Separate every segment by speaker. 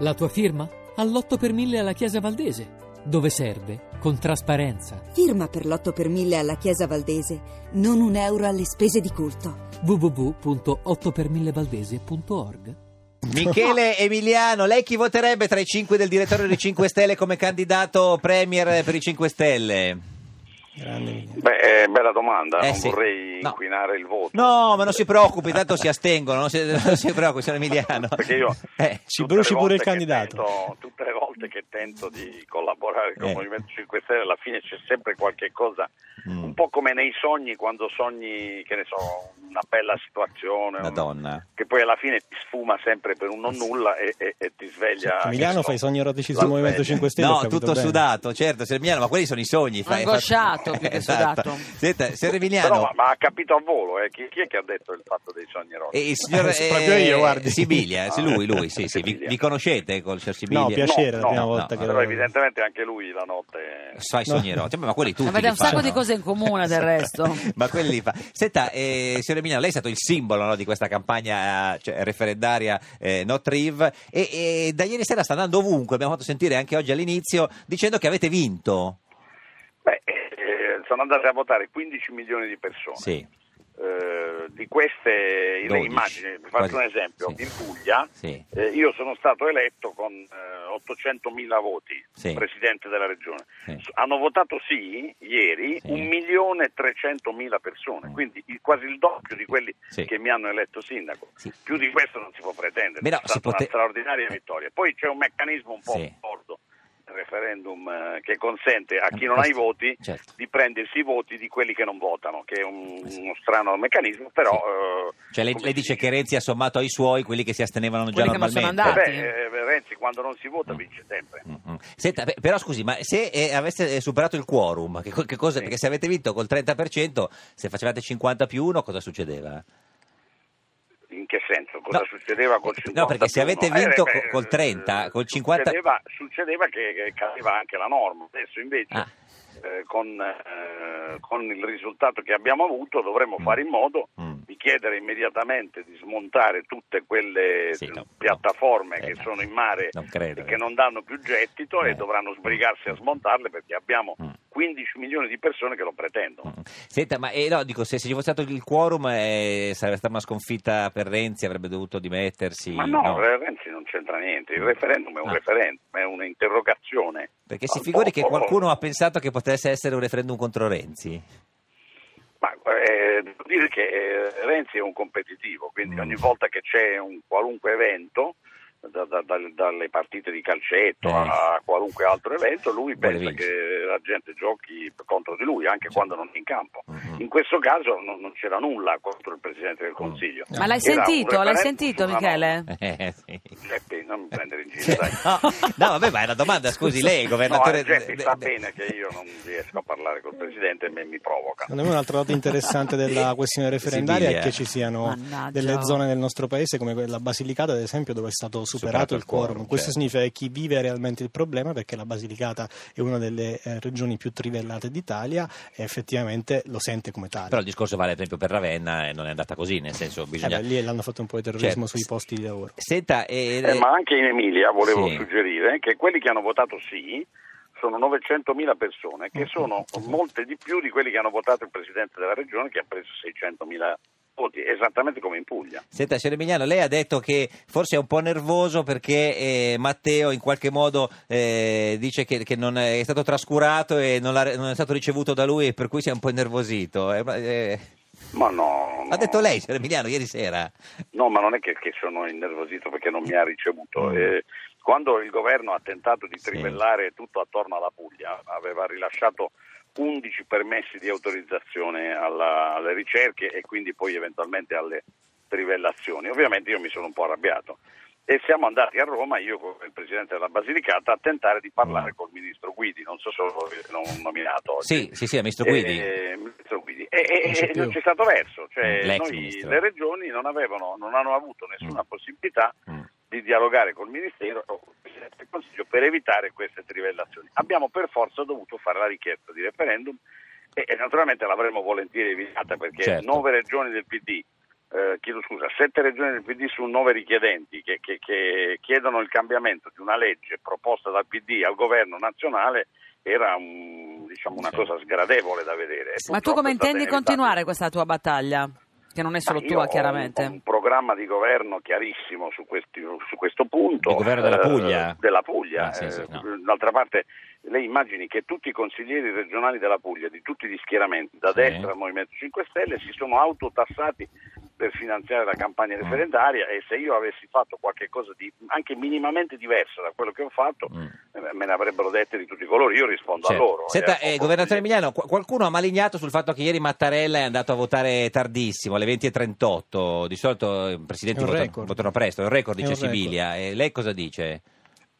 Speaker 1: La tua firma? All'8 per 1000 alla Chiesa Valdese, dove serve con trasparenza.
Speaker 2: Firma per l'8 per 1000 alla Chiesa Valdese, non un euro alle spese di culto.
Speaker 1: www.8per1000valdese.org
Speaker 3: Michele Emiliano, lei chi voterebbe tra i 5 del direttore dei 5 Stelle come candidato premier per i 5 Stelle?
Speaker 4: Beh, eh, bella domanda,
Speaker 3: Eh,
Speaker 4: non
Speaker 3: sì.
Speaker 4: vorrei
Speaker 3: No.
Speaker 4: inquinare il voto.
Speaker 3: No, ma non si preoccupi, tanto si astengono, non si, non si preoccupi, sono Emiliano.
Speaker 4: Perché io
Speaker 3: Eh,
Speaker 5: Ci
Speaker 4: tutte
Speaker 5: bruci
Speaker 4: le
Speaker 5: pure il
Speaker 4: volte che
Speaker 5: candidato.
Speaker 4: tento- tutte le volte che tento di collaborare con
Speaker 3: Eh.
Speaker 4: il Movimento 5 Stelle, alla fine c'è sempre qualche cosa,
Speaker 3: Mm.
Speaker 4: un po' come nei sogni, quando sogni, che ne so, una bella situazione, un-
Speaker 3: Madonna.
Speaker 4: che poi alla fine ti sfuma sempre per un non nulla e, e- e ti sveglia.
Speaker 5: Cioè,
Speaker 4: che
Speaker 5: Eh Emiliano
Speaker 4: ne so,
Speaker 5: fa i sogni erotici
Speaker 4: la
Speaker 5: sul Movimento
Speaker 4: sveglia.
Speaker 5: 5 Stelle. ho
Speaker 3: No,
Speaker 5: capito
Speaker 3: tutto
Speaker 5: bene.
Speaker 3: sudato, certo, signor Emiliano, ma quelli sono i sogni. fa-
Speaker 6: Angosciato più che
Speaker 3: Esatto.
Speaker 6: sudato.
Speaker 3: Senta, signor
Speaker 4: Però,
Speaker 3: Emiliano,
Speaker 4: ma, ma ha capito a volo, eh, chi, chi è che ha detto il fatto dei sogni erotici?
Speaker 3: eh, il signor
Speaker 5: Eh, proprio io, guardi.
Speaker 3: Sibilia, sì, lui, lui, sì, sì, vi,
Speaker 4: Sibilia.
Speaker 3: vi conoscete col signor Sibilia?
Speaker 5: No, piacere la
Speaker 4: No,
Speaker 5: prima
Speaker 4: no,
Speaker 5: volta
Speaker 3: no,
Speaker 5: che
Speaker 4: Però evidentemente anche lui la notte...
Speaker 3: Fa i sogni erotici, cioè, ma quelli tutti
Speaker 6: Avete
Speaker 3: li
Speaker 6: un sacco
Speaker 3: fanno.
Speaker 6: di cose in comune, del resto.
Speaker 3: Esatto. ma quelli li fa. Senta, eh, signor Emiliano, lei è stato il simbolo no, di questa campagna eh, cioè, referendaria eh, Not Riv e, e da ieri sera sta andando ovunque, abbiamo fatto sentire anche oggi all'inizio, dicendo che avete vinto.
Speaker 4: Beh, eh, sono andate a votare 15 milioni di persone.
Speaker 3: Sì,
Speaker 4: Eh, di queste le
Speaker 3: 12,
Speaker 4: immagini, vi
Speaker 3: quasi.
Speaker 4: faccio un esempio,
Speaker 3: Sì.
Speaker 4: in Puglia
Speaker 3: sì.
Speaker 4: eh, io sono stato eletto con eh, 800.000 voti
Speaker 3: Sì.
Speaker 4: presidente della regione.
Speaker 3: Sì.
Speaker 4: S- Hanno votato sì ieri
Speaker 3: Sì.
Speaker 4: 1.300.000 persone,
Speaker 3: Mm.
Speaker 4: quindi il- quasi il doppio di quelli
Speaker 3: Sì.
Speaker 4: che mi hanno eletto sindaco.
Speaker 3: Sì.
Speaker 4: Più di questo non si può pretendere,
Speaker 3: Beh, no,
Speaker 4: è
Speaker 3: si
Speaker 4: stata
Speaker 3: pote-
Speaker 4: una straordinaria vittoria. Poi c'è un meccanismo un po'
Speaker 3: Sì.
Speaker 4: assurdo del referendum eh, che consente a chi
Speaker 3: Eh,
Speaker 4: non ha i
Speaker 3: questo-
Speaker 4: voti
Speaker 3: certo.
Speaker 4: di prendersi i voti di quelli che non votano, che è un-
Speaker 3: Eh sì.
Speaker 4: uno strano meccanismo, però... eh,
Speaker 3: Cioè, lei,
Speaker 4: come
Speaker 3: lei
Speaker 4: si
Speaker 3: dice che Renzi ha sommato ai suoi quelli che si astenevano già
Speaker 6: Quelli che non sono
Speaker 3: normalmente.
Speaker 6: andati.
Speaker 4: Beh, eh, Renzi quando non si vota vince sempre.
Speaker 3: Mm, mm. Senta, beh, però scusi, ma se eh, aveste eh, superato il quorum, che, co- che cosa,
Speaker 4: Sì.
Speaker 3: perché se avete vinto col 30%, se facevate 50 più 1, cosa succedeva?
Speaker 4: In che senso? Cosa
Speaker 3: No.
Speaker 4: succedeva col
Speaker 3: No,
Speaker 4: 50?
Speaker 3: perché se
Speaker 4: più
Speaker 3: avete
Speaker 4: uno?
Speaker 3: vinto
Speaker 4: beh,
Speaker 3: col 30,
Speaker 4: eh,
Speaker 3: col 50
Speaker 4: Succedeva, succedeva che, che cadeva anche la norma. Adesso invece,
Speaker 3: Ah.
Speaker 4: eh, con, eh, con il risultato che abbiamo avuto, dovremmo
Speaker 3: Mm.
Speaker 4: fare in modo
Speaker 3: Mm.
Speaker 4: di chiedere immediatamente di smontare tutte quelle
Speaker 3: Sì, no,
Speaker 4: Eh, piattaforme
Speaker 3: no.
Speaker 4: che
Speaker 3: Eh, no.
Speaker 4: sono in mare
Speaker 3: Non credo,
Speaker 4: e
Speaker 3: eh.
Speaker 4: che non danno più gettito
Speaker 3: Eh.
Speaker 4: e dovranno sbrigarsi a smontarle perché abbiamo
Speaker 3: Mm.
Speaker 4: 15 milioni di persone che lo pretendono.
Speaker 3: Mm. Senta, ma eh, no, dico, se, se ci fosse stato il quorum eh, sarebbe stata una sconfitta per Renzi, avrebbe dovuto dimettersi.
Speaker 4: Ma no, eh, Renzi non c'entra niente, il referendum è un
Speaker 3: Ah.
Speaker 4: referendum, è un'interrogazione.
Speaker 3: Perché si
Speaker 4: al
Speaker 3: figuri che
Speaker 4: popolo.
Speaker 3: qualcuno ha pensato che potesse essere un referendum contro Renzi.
Speaker 4: Ma eh, devo dire che eh, Renzi è un competitivo, quindi
Speaker 3: Mm.
Speaker 4: ogni volta che c'è un qualunque evento, da- da- dal- dalle partite di calcetto
Speaker 3: Eh.
Speaker 4: a qualunque altro evento, lui
Speaker 3: Vuole
Speaker 4: pensa
Speaker 3: vincere.
Speaker 4: che la gente giochi contro di lui, anche
Speaker 3: Sì.
Speaker 4: quando non è in campo.
Speaker 3: Mhm.
Speaker 4: In questo caso non, non c'era nulla contro il Presidente
Speaker 3: Mm.
Speaker 4: del Consiglio.
Speaker 6: Ma l'hai
Speaker 4: Era un
Speaker 6: sentito? L'hai
Speaker 4: referendum
Speaker 6: sentito,
Speaker 4: su una
Speaker 6: Michele?
Speaker 3: Eh, sì.
Speaker 4: norma. Geppi, non mi prendere in giro,
Speaker 3: Cioè,
Speaker 4: dai.
Speaker 3: no, no, vabbè, ma è una domanda, scusi, lei, governatore...
Speaker 4: No, eh, Geppi sa
Speaker 3: de- Eh. de-
Speaker 4: bene che io non riesco a parlare col Presidente e mi, mi provoca.
Speaker 5: Secondo me un altro lato interessante della questione referendaria
Speaker 3: Sibiglia.
Speaker 5: è che ci siano
Speaker 6: Mannaggia.
Speaker 5: delle zone nel nostro paese come la Basilicata ad esempio dove è stato superato, il quorum.
Speaker 3: certo.
Speaker 5: Questo significa che chi vive realmente il problema perché la Basilicata è una delle eh, regioni più trivellate d'Italia e effettivamente lo sente come tale.
Speaker 3: Però il discorso vale, ad esempio, per Ravenna e non è andata così, nel senso
Speaker 5: Eh
Speaker 3: bisogna...
Speaker 5: beh, lì l'hanno fatto un po' di terrorismo
Speaker 3: Certo.
Speaker 5: sui posti di lavoro.
Speaker 3: Senta, eh,
Speaker 4: Eh, ma anche in Emilia volevo
Speaker 3: Sì.
Speaker 4: suggerire che quelli che hanno votato sì sono 900.000 persone,
Speaker 3: Mm.
Speaker 4: che sono molte di più di quelli che hanno votato il Presidente della Regione che ha preso 600.000 voti, esattamente come in Puglia.
Speaker 3: Senta, signor Emiliano, lei ha detto che forse è un po' nervoso perché eh, Matteo in qualche modo eh, dice che, che non è, è stato trascurato e non, l'ha- non è stato ricevuto da lui e per cui si è un po' innervosito. Eh, ma, eh,
Speaker 4: Ma no,
Speaker 3: l'ha
Speaker 4: no.
Speaker 3: detto lei, signor Emiliano, ieri sera.
Speaker 4: No, ma non è che, che sono innervosito perché non mi ha ricevuto.
Speaker 3: Mm.
Speaker 4: Eh, quando il governo ha tentato di
Speaker 3: Sì.
Speaker 4: trivellare tutto attorno alla Puglia, aveva rilasciato 11 permessi di autorizzazione alla- alle ricerche e quindi poi eventualmente alle trivellazioni. Ovviamente io mi sono un po' arrabbiato. E siamo andati a Roma, io con il presidente della Basilicata, a tentare di parlare
Speaker 3: Mm.
Speaker 4: col ministro Guidi, non so se lo avete nominato oggi.
Speaker 3: Sì, sì, sì, il ministro Guidi.
Speaker 4: Eh, ministro Guidi. E, e-
Speaker 5: Non c'è
Speaker 4: e
Speaker 5: più.
Speaker 4: non c'è stato verso, cioè
Speaker 3: L'ex
Speaker 4: noi-
Speaker 3: ministro.
Speaker 4: le regioni non, avevano, non hanno avuto nessuna
Speaker 3: Mm.
Speaker 4: possibilità
Speaker 3: Mm.
Speaker 4: di dialogare col Ministero o col Presidente del Consiglio per evitare queste trivellazioni. Abbiamo per forza dovuto fare la richiesta di referendum e, e naturalmente l'avremmo volentieri evitata perché
Speaker 3: Certo.
Speaker 4: nove regioni del PD eh, chiedo scusa, sette regioni del PD su nove richiedenti che, che- che chiedono il cambiamento di una legge proposta dal PD al governo nazionale era un- diciamo, una
Speaker 3: Sì.
Speaker 4: cosa sgradevole da vedere. E
Speaker 6: Ma tu
Speaker 4: purtroppo
Speaker 6: come
Speaker 4: è stata
Speaker 6: intendi
Speaker 4: inevitabile.
Speaker 6: continuare questa tua battaglia? Che non è solo
Speaker 4: Ma io
Speaker 6: tua,
Speaker 4: ho
Speaker 6: chiaramente.
Speaker 4: Un, un programma di governo chiarissimo su, questi- su questo punto.
Speaker 3: Di governo della
Speaker 4: eh,
Speaker 3: Puglia?
Speaker 4: della Puglia.
Speaker 3: Ah, sì, sì,
Speaker 4: Eh,
Speaker 3: no.
Speaker 4: D'altra parte, le immagini che tutti i consiglieri regionali della Puglia, di tutti gli schieramenti, da
Speaker 3: Sì.
Speaker 4: destra al Movimento 5 Stelle, si sono autotassati per finanziare la campagna
Speaker 3: Mm.
Speaker 4: referendaria e se io avessi fatto qualche cosa di anche minimamente diverso da quello che ho fatto
Speaker 3: Mm.
Speaker 4: eh, me ne avrebbero dette di tutti i colori io rispondo
Speaker 3: Certo.
Speaker 4: a loro
Speaker 3: Senta,
Speaker 4: eh,
Speaker 3: eh,
Speaker 4: ho-
Speaker 3: governatore Emiliano, qu- qualcuno ha malignato sul fatto che ieri Mattarella è andato a votare tardissimo, alle 20.38. Di solito eh, i presidenti
Speaker 5: È un
Speaker 3: votano,
Speaker 5: record.
Speaker 3: votano presto, è un record,
Speaker 5: È
Speaker 3: dice
Speaker 5: un record.
Speaker 3: Sibilia. E lei cosa dice?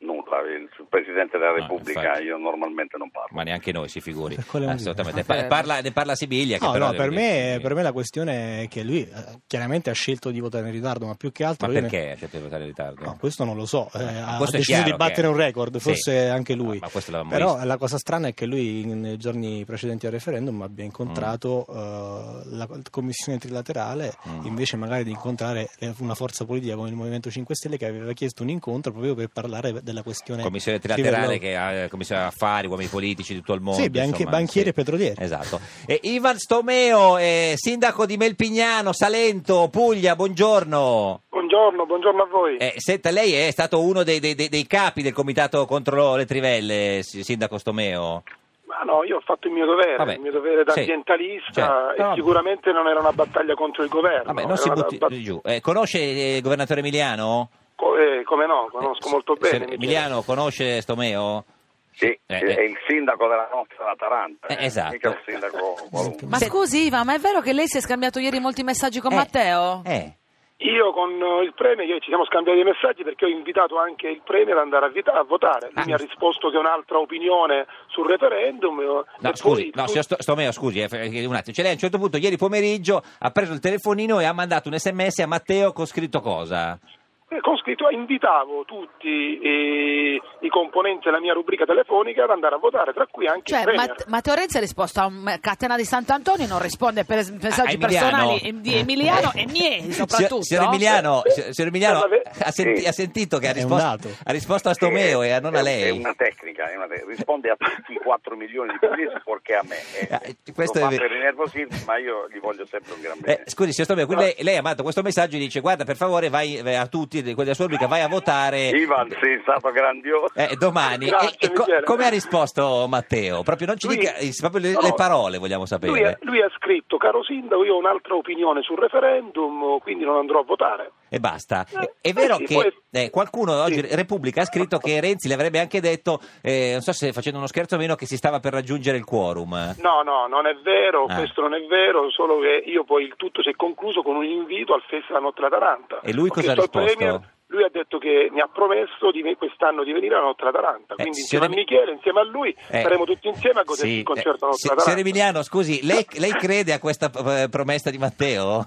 Speaker 4: nulla il Presidente della
Speaker 3: No,
Speaker 4: Repubblica
Speaker 3: Ah, infatti.
Speaker 4: io normalmente non parlo
Speaker 3: Ma neanche noi si figuri.
Speaker 5: Per quale motivo?
Speaker 3: Assolutamente.
Speaker 6: Ma per-
Speaker 3: Pa- Parla, ne parla Sibilia. che
Speaker 5: No,
Speaker 3: però
Speaker 5: no,
Speaker 3: deve-
Speaker 5: per me, per me la questione è che lui eh, chiaramente ha scelto di votare in ritardo, ma più che altro...
Speaker 3: Ma
Speaker 5: lui ne-
Speaker 3: perché ha scelto di votare in ritardo?
Speaker 5: No, questo non lo so, eh, ha
Speaker 3: Ah, Questo è
Speaker 5: deciso di
Speaker 3: chiaro
Speaker 5: battere
Speaker 3: che-
Speaker 5: un record,
Speaker 3: Sì. Ah,
Speaker 5: forse anche lui.
Speaker 3: Ma questo l'avevamo
Speaker 5: Però
Speaker 3: visto.
Speaker 5: la cosa strana è che lui in- nei giorni precedenti al referendum
Speaker 3: Mm.
Speaker 5: abbia incontrato eh, la commissione trilaterale
Speaker 3: Mm.
Speaker 5: invece magari di incontrare eh, una forza politica come il Movimento 5 Stelle che aveva chiesto un incontro proprio per parlare della questione
Speaker 3: Commissione trilaterale
Speaker 5: Crivello.
Speaker 3: che ha eh, commissione affari, uomini politici di tutto il mondo.
Speaker 5: Sì, bianchi-
Speaker 3: insomma,
Speaker 5: banchieri e petrolieri.
Speaker 3: Esatto. E Ivan Stomeo, eh, sindaco di Melpignano, Salento, Puglia, buongiorno.
Speaker 7: Buongiorno, buongiorno a voi.
Speaker 3: Eh, senta, lei è stato uno dei, dei- dei- dei capi del comitato contro le trivelle, si- sindaco Stomeo.
Speaker 7: Ma no, io ho fatto il mio dovere,
Speaker 3: Vabbè.
Speaker 7: il mio dovere da
Speaker 3: Sì, certo.
Speaker 7: ambientalista
Speaker 3: No,
Speaker 7: e
Speaker 3: vabbè.
Speaker 7: sicuramente non era una battaglia contro il governo.
Speaker 3: Vabbè,
Speaker 7: era
Speaker 3: non si
Speaker 7: una
Speaker 3: butti
Speaker 7: bat-
Speaker 3: giù. Eh, conosce eh, il governatore Emiliano?
Speaker 7: co- eh, come no, conosco
Speaker 3: Eh,
Speaker 7: molto
Speaker 3: se-
Speaker 7: bene.
Speaker 3: se-
Speaker 7: Michele.
Speaker 3: Emiliano, conosce Stomeo?
Speaker 4: Sì,
Speaker 3: Eh,
Speaker 4: è
Speaker 3: eh.
Speaker 4: il sindaco della nostra Taranta.
Speaker 3: Eh, esatto.
Speaker 4: Mica un sindaco qualunque.
Speaker 6: Ma
Speaker 3: Se-
Speaker 6: scusi, Iva, ma è vero che lei si è scambiato ieri molti messaggi con
Speaker 3: Eh,
Speaker 6: Matteo?
Speaker 3: Eh.
Speaker 7: Io con eh, il Premier io ci siamo scambiati i messaggi perché ho invitato anche il Premier ad andare a, vita- a votare. Lui
Speaker 3: Ah.
Speaker 7: mi ha risposto che è un'altra opinione sul referendum. eh, e
Speaker 3: No,
Speaker 7: poi
Speaker 3: scusi, no,
Speaker 7: tu-
Speaker 3: signor Sto- Stomeo, scusi, eh, f- un attimo. Cioè, lei a un certo punto, ieri pomeriggio, ha preso il telefonino e ha mandato un sms a Matteo con scritto cosa?
Speaker 7: Eh, Con scritto invitavo tutti eh, i componenti della mia rubrica telefonica ad andare a votare, tra cui anche il
Speaker 6: Cioè,
Speaker 7: Premier.
Speaker 4: eh.
Speaker 6: Mat- Matteo Renzi ha risposto a un- Catena di Sant'Antonio, non risponde per es- messaggi
Speaker 3: Emiliano. Eh.
Speaker 6: personali em- di Emiliano e miei, Eh, soprattutto.
Speaker 3: Signor, signor Emiliano, si- signor Emiliano,
Speaker 7: Eh, vabbè.
Speaker 3: ha, senti-
Speaker 4: Sì.
Speaker 3: ha sentito che ha
Speaker 5: È un
Speaker 3: risposto,
Speaker 5: dato.
Speaker 3: ha risposto a Stomeo e a- eh, non a
Speaker 4: È-
Speaker 3: lei.
Speaker 4: È una tecnica, è una te- risponde a tutti i 4 milioni di pugliesi fuorché a me. Eh,
Speaker 3: Eh, questo
Speaker 4: lo
Speaker 3: è
Speaker 4: fa
Speaker 3: vero.
Speaker 4: per innervosirmi, ma io gli voglio sempre un gran bene.
Speaker 3: Eh, scusi, signor Stomeo, quindi lei, lei ha mandato questo messaggio e dice: Guarda, per favore, vai eh, a tutti quelli della sua rubrica, vai a votare.
Speaker 4: Ivan, sei stato grandioso.
Speaker 3: eh, domani
Speaker 7: Grazie,
Speaker 3: E- e co-
Speaker 7: Michele.
Speaker 3: come ha risposto Matteo? Proprio non ci
Speaker 7: Lui-
Speaker 3: dica eh, proprio le,
Speaker 7: no,
Speaker 3: le parole, vogliamo sapere.
Speaker 7: Lui, ha- lui ha scritto, caro sindaco, io ho un'altra opinione sul referendum, quindi non andrò a votare.
Speaker 3: E basta.
Speaker 7: Eh,
Speaker 3: È, è vero
Speaker 7: sì,
Speaker 3: che
Speaker 7: poi-
Speaker 3: eh, qualcuno oggi
Speaker 7: Sì.
Speaker 3: Repubblica ha scritto che Renzi le avrebbe anche detto, eh, non so se facendo uno scherzo o meno, che si stava per raggiungere il quorum.
Speaker 7: No, no, non è vero,
Speaker 3: Ah.
Speaker 7: questo non è vero, solo che io poi il tutto si è concluso con un invito al Festa della Notte della Taranta.
Speaker 3: E lui
Speaker 7: Ho
Speaker 3: cosa ha
Speaker 7: chiesto al
Speaker 3: risposto?
Speaker 7: Premier, lui ha detto che mi ha promesso di ve- quest'anno di venire alla Notte della Taranta, quindi insieme
Speaker 3: Eh, signor
Speaker 7: a
Speaker 3: Emi-
Speaker 7: Michele, insieme a lui,
Speaker 3: Eh.
Speaker 7: saremo tutti insieme a goderci
Speaker 3: Sì,
Speaker 7: il concerto
Speaker 3: eh,
Speaker 7: alla
Speaker 3: si-
Speaker 7: Notte della
Speaker 3: signor
Speaker 7: Taranta.
Speaker 3: Emiliano, scusi, lei, lei crede a questa eh, promessa di Matteo?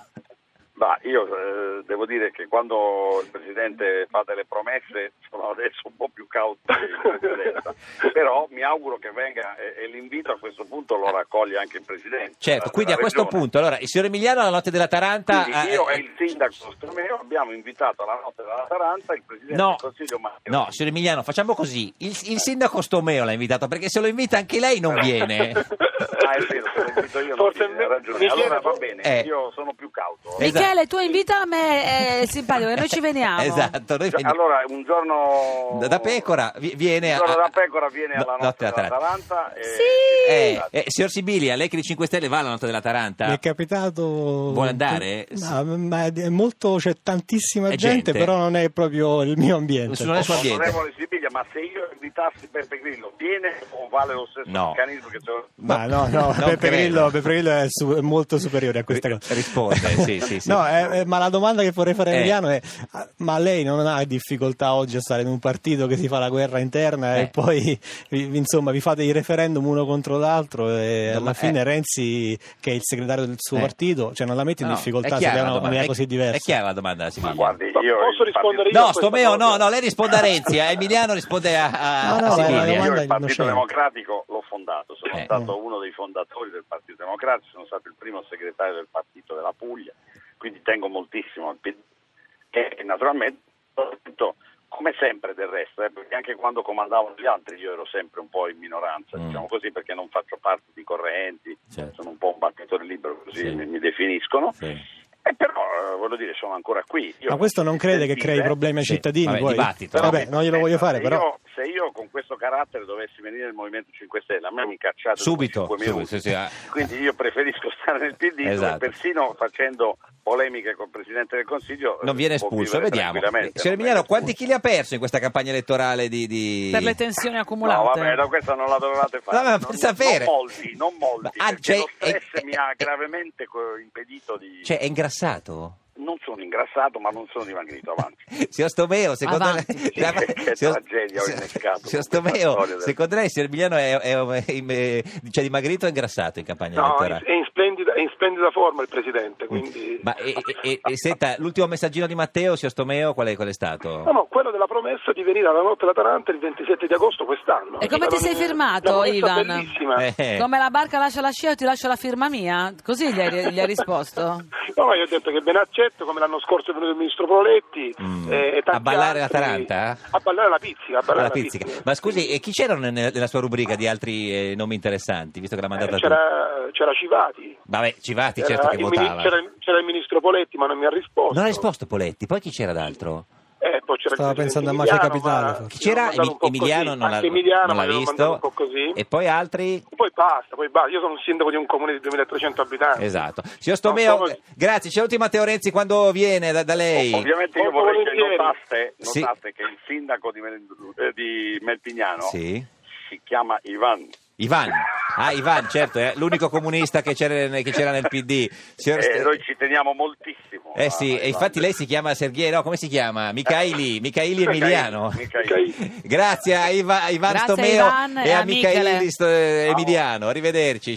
Speaker 4: Ma io eh, devo dire che quando il Presidente fa delle promesse sono adesso un po' più cauto di precedenza. però mi auguro che venga e, e l'invito a questo punto lo raccoglie anche il Presidente.
Speaker 3: Certo,
Speaker 4: della-
Speaker 3: quindi a
Speaker 4: della
Speaker 3: questo
Speaker 4: Regione.
Speaker 3: punto, allora, il signor Emiliano alla notte della Taranta...
Speaker 4: Quindi
Speaker 3: eh,
Speaker 4: io e
Speaker 3: eh,
Speaker 4: il sindaco Stromeo abbiamo invitato alla notte della Taranta il presidente
Speaker 3: No,
Speaker 4: del Consiglio Matteo.
Speaker 3: no, signor Emiliano, facciamo così. Il, il sindaco Stomeo l'ha invitato perché se lo invita anche lei non viene.
Speaker 4: Ah, è vero, se lo invito io non
Speaker 7: Forse
Speaker 4: viene, ha
Speaker 7: me-
Speaker 4: ragione.
Speaker 7: Michele,
Speaker 4: Allora va
Speaker 7: for-
Speaker 4: bene,
Speaker 3: Eh.
Speaker 4: io sono più cauto.
Speaker 3: Eh,
Speaker 6: Michele, tu invita a me, è simpatico, e noi ci veniamo.
Speaker 3: Esatto, noi
Speaker 4: Cioè,
Speaker 3: veniamo.
Speaker 4: allora, un giorno
Speaker 3: Da- da pecora vi- viene
Speaker 4: un giorno
Speaker 3: a-
Speaker 4: da pecora viene
Speaker 3: No,
Speaker 4: alla
Speaker 3: notte
Speaker 4: notte della
Speaker 3: della
Speaker 4: Taranta. e-
Speaker 6: Sì!
Speaker 3: Eh, eh, signor Sibilia, lei che di 5 Stelle va alla notte della Taranta?
Speaker 5: Mi è capitato.
Speaker 3: Vuole andare?
Speaker 5: No, ma è molto, c'è tantissima
Speaker 3: È gente.
Speaker 5: gente, però non è proprio il mio ambiente.
Speaker 3: Non è il suo ambiente.
Speaker 4: Onorevole Sibiglia, ma se io invitassi Beppe Grillo, viene o vale lo stesso
Speaker 3: No.
Speaker 4: meccanismo che c'è?
Speaker 5: Ma no, no,
Speaker 3: non
Speaker 5: Beppe
Speaker 3: credo.
Speaker 5: Grillo, Beppe Grillo è, su- è molto superiore a questa
Speaker 3: Ri-
Speaker 5: cosa.
Speaker 3: risponde, sì, sì, sì.
Speaker 5: No, eh, eh, ma la domanda che vorrei fare a
Speaker 3: Eh.
Speaker 5: Emiliano è: ah, ma lei non ha difficoltà oggi a stare in un partito che si fa la guerra interna
Speaker 3: Eh.
Speaker 5: e poi vi- insomma vi fate i referendum uno contro l'altro e
Speaker 3: Dom-
Speaker 5: alla fine
Speaker 3: eh.
Speaker 5: Renzi, che è il segretario del suo
Speaker 3: Eh.
Speaker 5: partito, cioè non la mette in
Speaker 3: No, no,
Speaker 5: difficoltà
Speaker 3: è
Speaker 5: se
Speaker 3: chiara
Speaker 5: lei ha
Speaker 3: la
Speaker 5: una
Speaker 3: domanda,
Speaker 5: maniera
Speaker 3: è-
Speaker 5: così diversa.
Speaker 3: È chiara la domanda, Sibiglia.
Speaker 4: Ma guardi,
Speaker 7: Ma
Speaker 4: io
Speaker 7: posso
Speaker 4: il
Speaker 7: rispondere
Speaker 4: partito-
Speaker 7: io
Speaker 3: No,
Speaker 7: a questa
Speaker 3: Stomeo no,
Speaker 7: cosa.
Speaker 3: no, lei risponde a Renzi, a Emiliano risponde a, a
Speaker 5: No, eh, no,
Speaker 3: a
Speaker 5: è la
Speaker 3: Sibilia.
Speaker 5: domanda-
Speaker 4: Io il Partito
Speaker 5: innocente.
Speaker 4: Democratico l'ho fondato, sono
Speaker 3: Eh.
Speaker 4: stato uno dei fondatori del Partito Democratico, sono stato il primo segretario del Partito della Puglia, quindi tengo moltissimo al PD, che naturalmente ho detto, come sempre del resto, eh, perché anche quando comandavano gli altri io ero sempre un po' in minoranza,
Speaker 3: Mm.
Speaker 4: diciamo così, perché non faccio parte di correnti,
Speaker 3: Certo.
Speaker 4: sono un po' un battitore libero, così
Speaker 3: Sì.
Speaker 4: mi, mi definiscono.
Speaker 3: Sì.
Speaker 4: E però eh, voglio dire, sono ancora qui. Io
Speaker 5: Ma questo non crede che
Speaker 4: sentite-
Speaker 5: crei problemi ai
Speaker 3: Sì,
Speaker 5: cittadini?
Speaker 3: vabbè,
Speaker 5: poi?
Speaker 3: dibattito,
Speaker 5: Vabbè,
Speaker 4: no?
Speaker 5: non glielo voglio fare,
Speaker 4: se
Speaker 5: però.
Speaker 4: io- se io con questo carattere dovessi venire nel Movimento 5 Stelle, a me mi cacciate dopo
Speaker 3: Subito,
Speaker 4: cinque
Speaker 3: subito,
Speaker 4: minuti.
Speaker 3: sì, sì, ah.
Speaker 4: Quindi io preferisco stare nel PD, dove
Speaker 3: Esatto.
Speaker 4: persino facendo polemiche col Presidente del Consiglio.
Speaker 3: non
Speaker 4: eh,
Speaker 3: viene
Speaker 4: può
Speaker 3: espulso,
Speaker 4: vivere
Speaker 3: vediamo. Eh,
Speaker 4: tranquillamente,
Speaker 3: Signor
Speaker 4: non viene
Speaker 3: Emiliano, quanti
Speaker 4: espulso.
Speaker 3: chili ha perso in questa campagna elettorale di... di-
Speaker 8: per le tensioni
Speaker 4: No,
Speaker 8: accumulate.
Speaker 4: vabbè, no, questa non la dovevate fare.
Speaker 3: No, ma per
Speaker 4: non,
Speaker 3: sapere.
Speaker 4: non molti, non molti,
Speaker 3: Ma- ah,
Speaker 4: perché
Speaker 3: cioè,
Speaker 4: lo stress
Speaker 3: eh,
Speaker 4: mi ha
Speaker 3: eh,
Speaker 4: gravemente co- impedito di...
Speaker 3: Cioè, è ingrassato?
Speaker 4: Non sono ingrassato, ma non sono dimagrito, avanti.
Speaker 3: Signor Stomeo, secondo lei...
Speaker 6: Avanti.
Speaker 4: Che tragedia ho innescato
Speaker 3: Signor
Speaker 4: con questa
Speaker 3: Stomeo,
Speaker 4: storia del-
Speaker 3: secondo lei signor Emiliano è, è- è- è- cioè, dimagrito o ingrassato in campagna
Speaker 7: No,
Speaker 3: elettorale?
Speaker 7: è in splendida, è in splendida forma il presidente, quindi...
Speaker 3: Ma eh, e, e- e- e senta, l'ultimo messaggino di Matteo, signor Stomeo, qual è, qual è stato?
Speaker 7: No, no, quello della promessa di venire alla notte alla Taranta il 27 di agosto quest'anno.
Speaker 8: E come ti
Speaker 7: Era
Speaker 8: sei
Speaker 7: un-
Speaker 8: fermato,
Speaker 7: una promessa
Speaker 8: Ivan?
Speaker 7: bellissima.
Speaker 3: Eh,
Speaker 8: Come la barca lascia la scia, io ti lascio la firma mia. Così gli hai, gli hai risposto.
Speaker 7: No, io ho detto che ben accetto, come l'anno scorso è venuto il ministro Proletti.
Speaker 3: Mm.
Speaker 7: eh, e tanti
Speaker 3: A ballare
Speaker 7: altri.
Speaker 3: l'Atalanta?
Speaker 7: A ballare la pizzica. A ballare
Speaker 3: alla
Speaker 7: la
Speaker 3: pizzica.
Speaker 7: pizzica.
Speaker 3: Ma scusi, e chi c'erano ne- nella sua rubrica di altri eh, nomi interessanti, visto che l'ha mandata
Speaker 7: Eh,
Speaker 3: tu?
Speaker 7: c'era, c'era Civati,
Speaker 3: Vabbè, Civati
Speaker 7: c'era,
Speaker 3: certo che
Speaker 7: il
Speaker 3: votava.
Speaker 7: mini- c'era il- c'era il ministro Poletti, ma non mi ha risposto.
Speaker 3: Non ha risposto Poletti, poi chi c'era d'altro?
Speaker 7: Eh, poi c'era il
Speaker 5: Stava pensando
Speaker 7: presidente
Speaker 5: a Mafia
Speaker 7: Emiliano,
Speaker 5: Capitale,
Speaker 7: ma
Speaker 5: forse.
Speaker 3: Chi
Speaker 7: ci hanno
Speaker 3: c'era?
Speaker 7: mandato un po'
Speaker 3: Emiliano
Speaker 7: così.
Speaker 3: non l'ha,
Speaker 7: Anche Emiliano
Speaker 3: non l'ha
Speaker 7: me l'hanno mandato
Speaker 3: visto.
Speaker 7: un po' così.
Speaker 3: E poi altri?
Speaker 7: Poi basta, poi basta. Io sono un sindaco di un comune di 2300 abitanti.
Speaker 3: Esatto. Signor Stomeo,
Speaker 7: Non so-
Speaker 3: grazie. Saluti Matteo Renzi quando viene da, da lei.
Speaker 4: Ovviamente io
Speaker 7: Molto
Speaker 4: vorrei
Speaker 7: volentieri.
Speaker 4: che notaste,
Speaker 3: Sì.
Speaker 4: notaste che il sindaco di, Melendru- eh, di Melpignano
Speaker 3: Sì.
Speaker 4: si chiama Ivan.
Speaker 3: Ivan. Ah, Ivan, certo, è l'unico comunista che c'era, che c'era nel PD.
Speaker 7: Eh,
Speaker 3: Signor
Speaker 4: E
Speaker 3: Ste-
Speaker 4: Eh, noi ci teniamo moltissimo.
Speaker 3: Eh sì, e
Speaker 4: a Ivan.
Speaker 3: infatti lei si chiama Sergei, no, come si chiama? Micaili, Micaili Emiliano.
Speaker 4: Micaeli.
Speaker 3: Grazie a Iva- Ivan
Speaker 8: Grazie a
Speaker 3: Stomeo
Speaker 8: Ivan
Speaker 3: e
Speaker 8: e
Speaker 3: a
Speaker 8: a Michele.
Speaker 3: Micaili Sto- Emiliano. Arrivederci.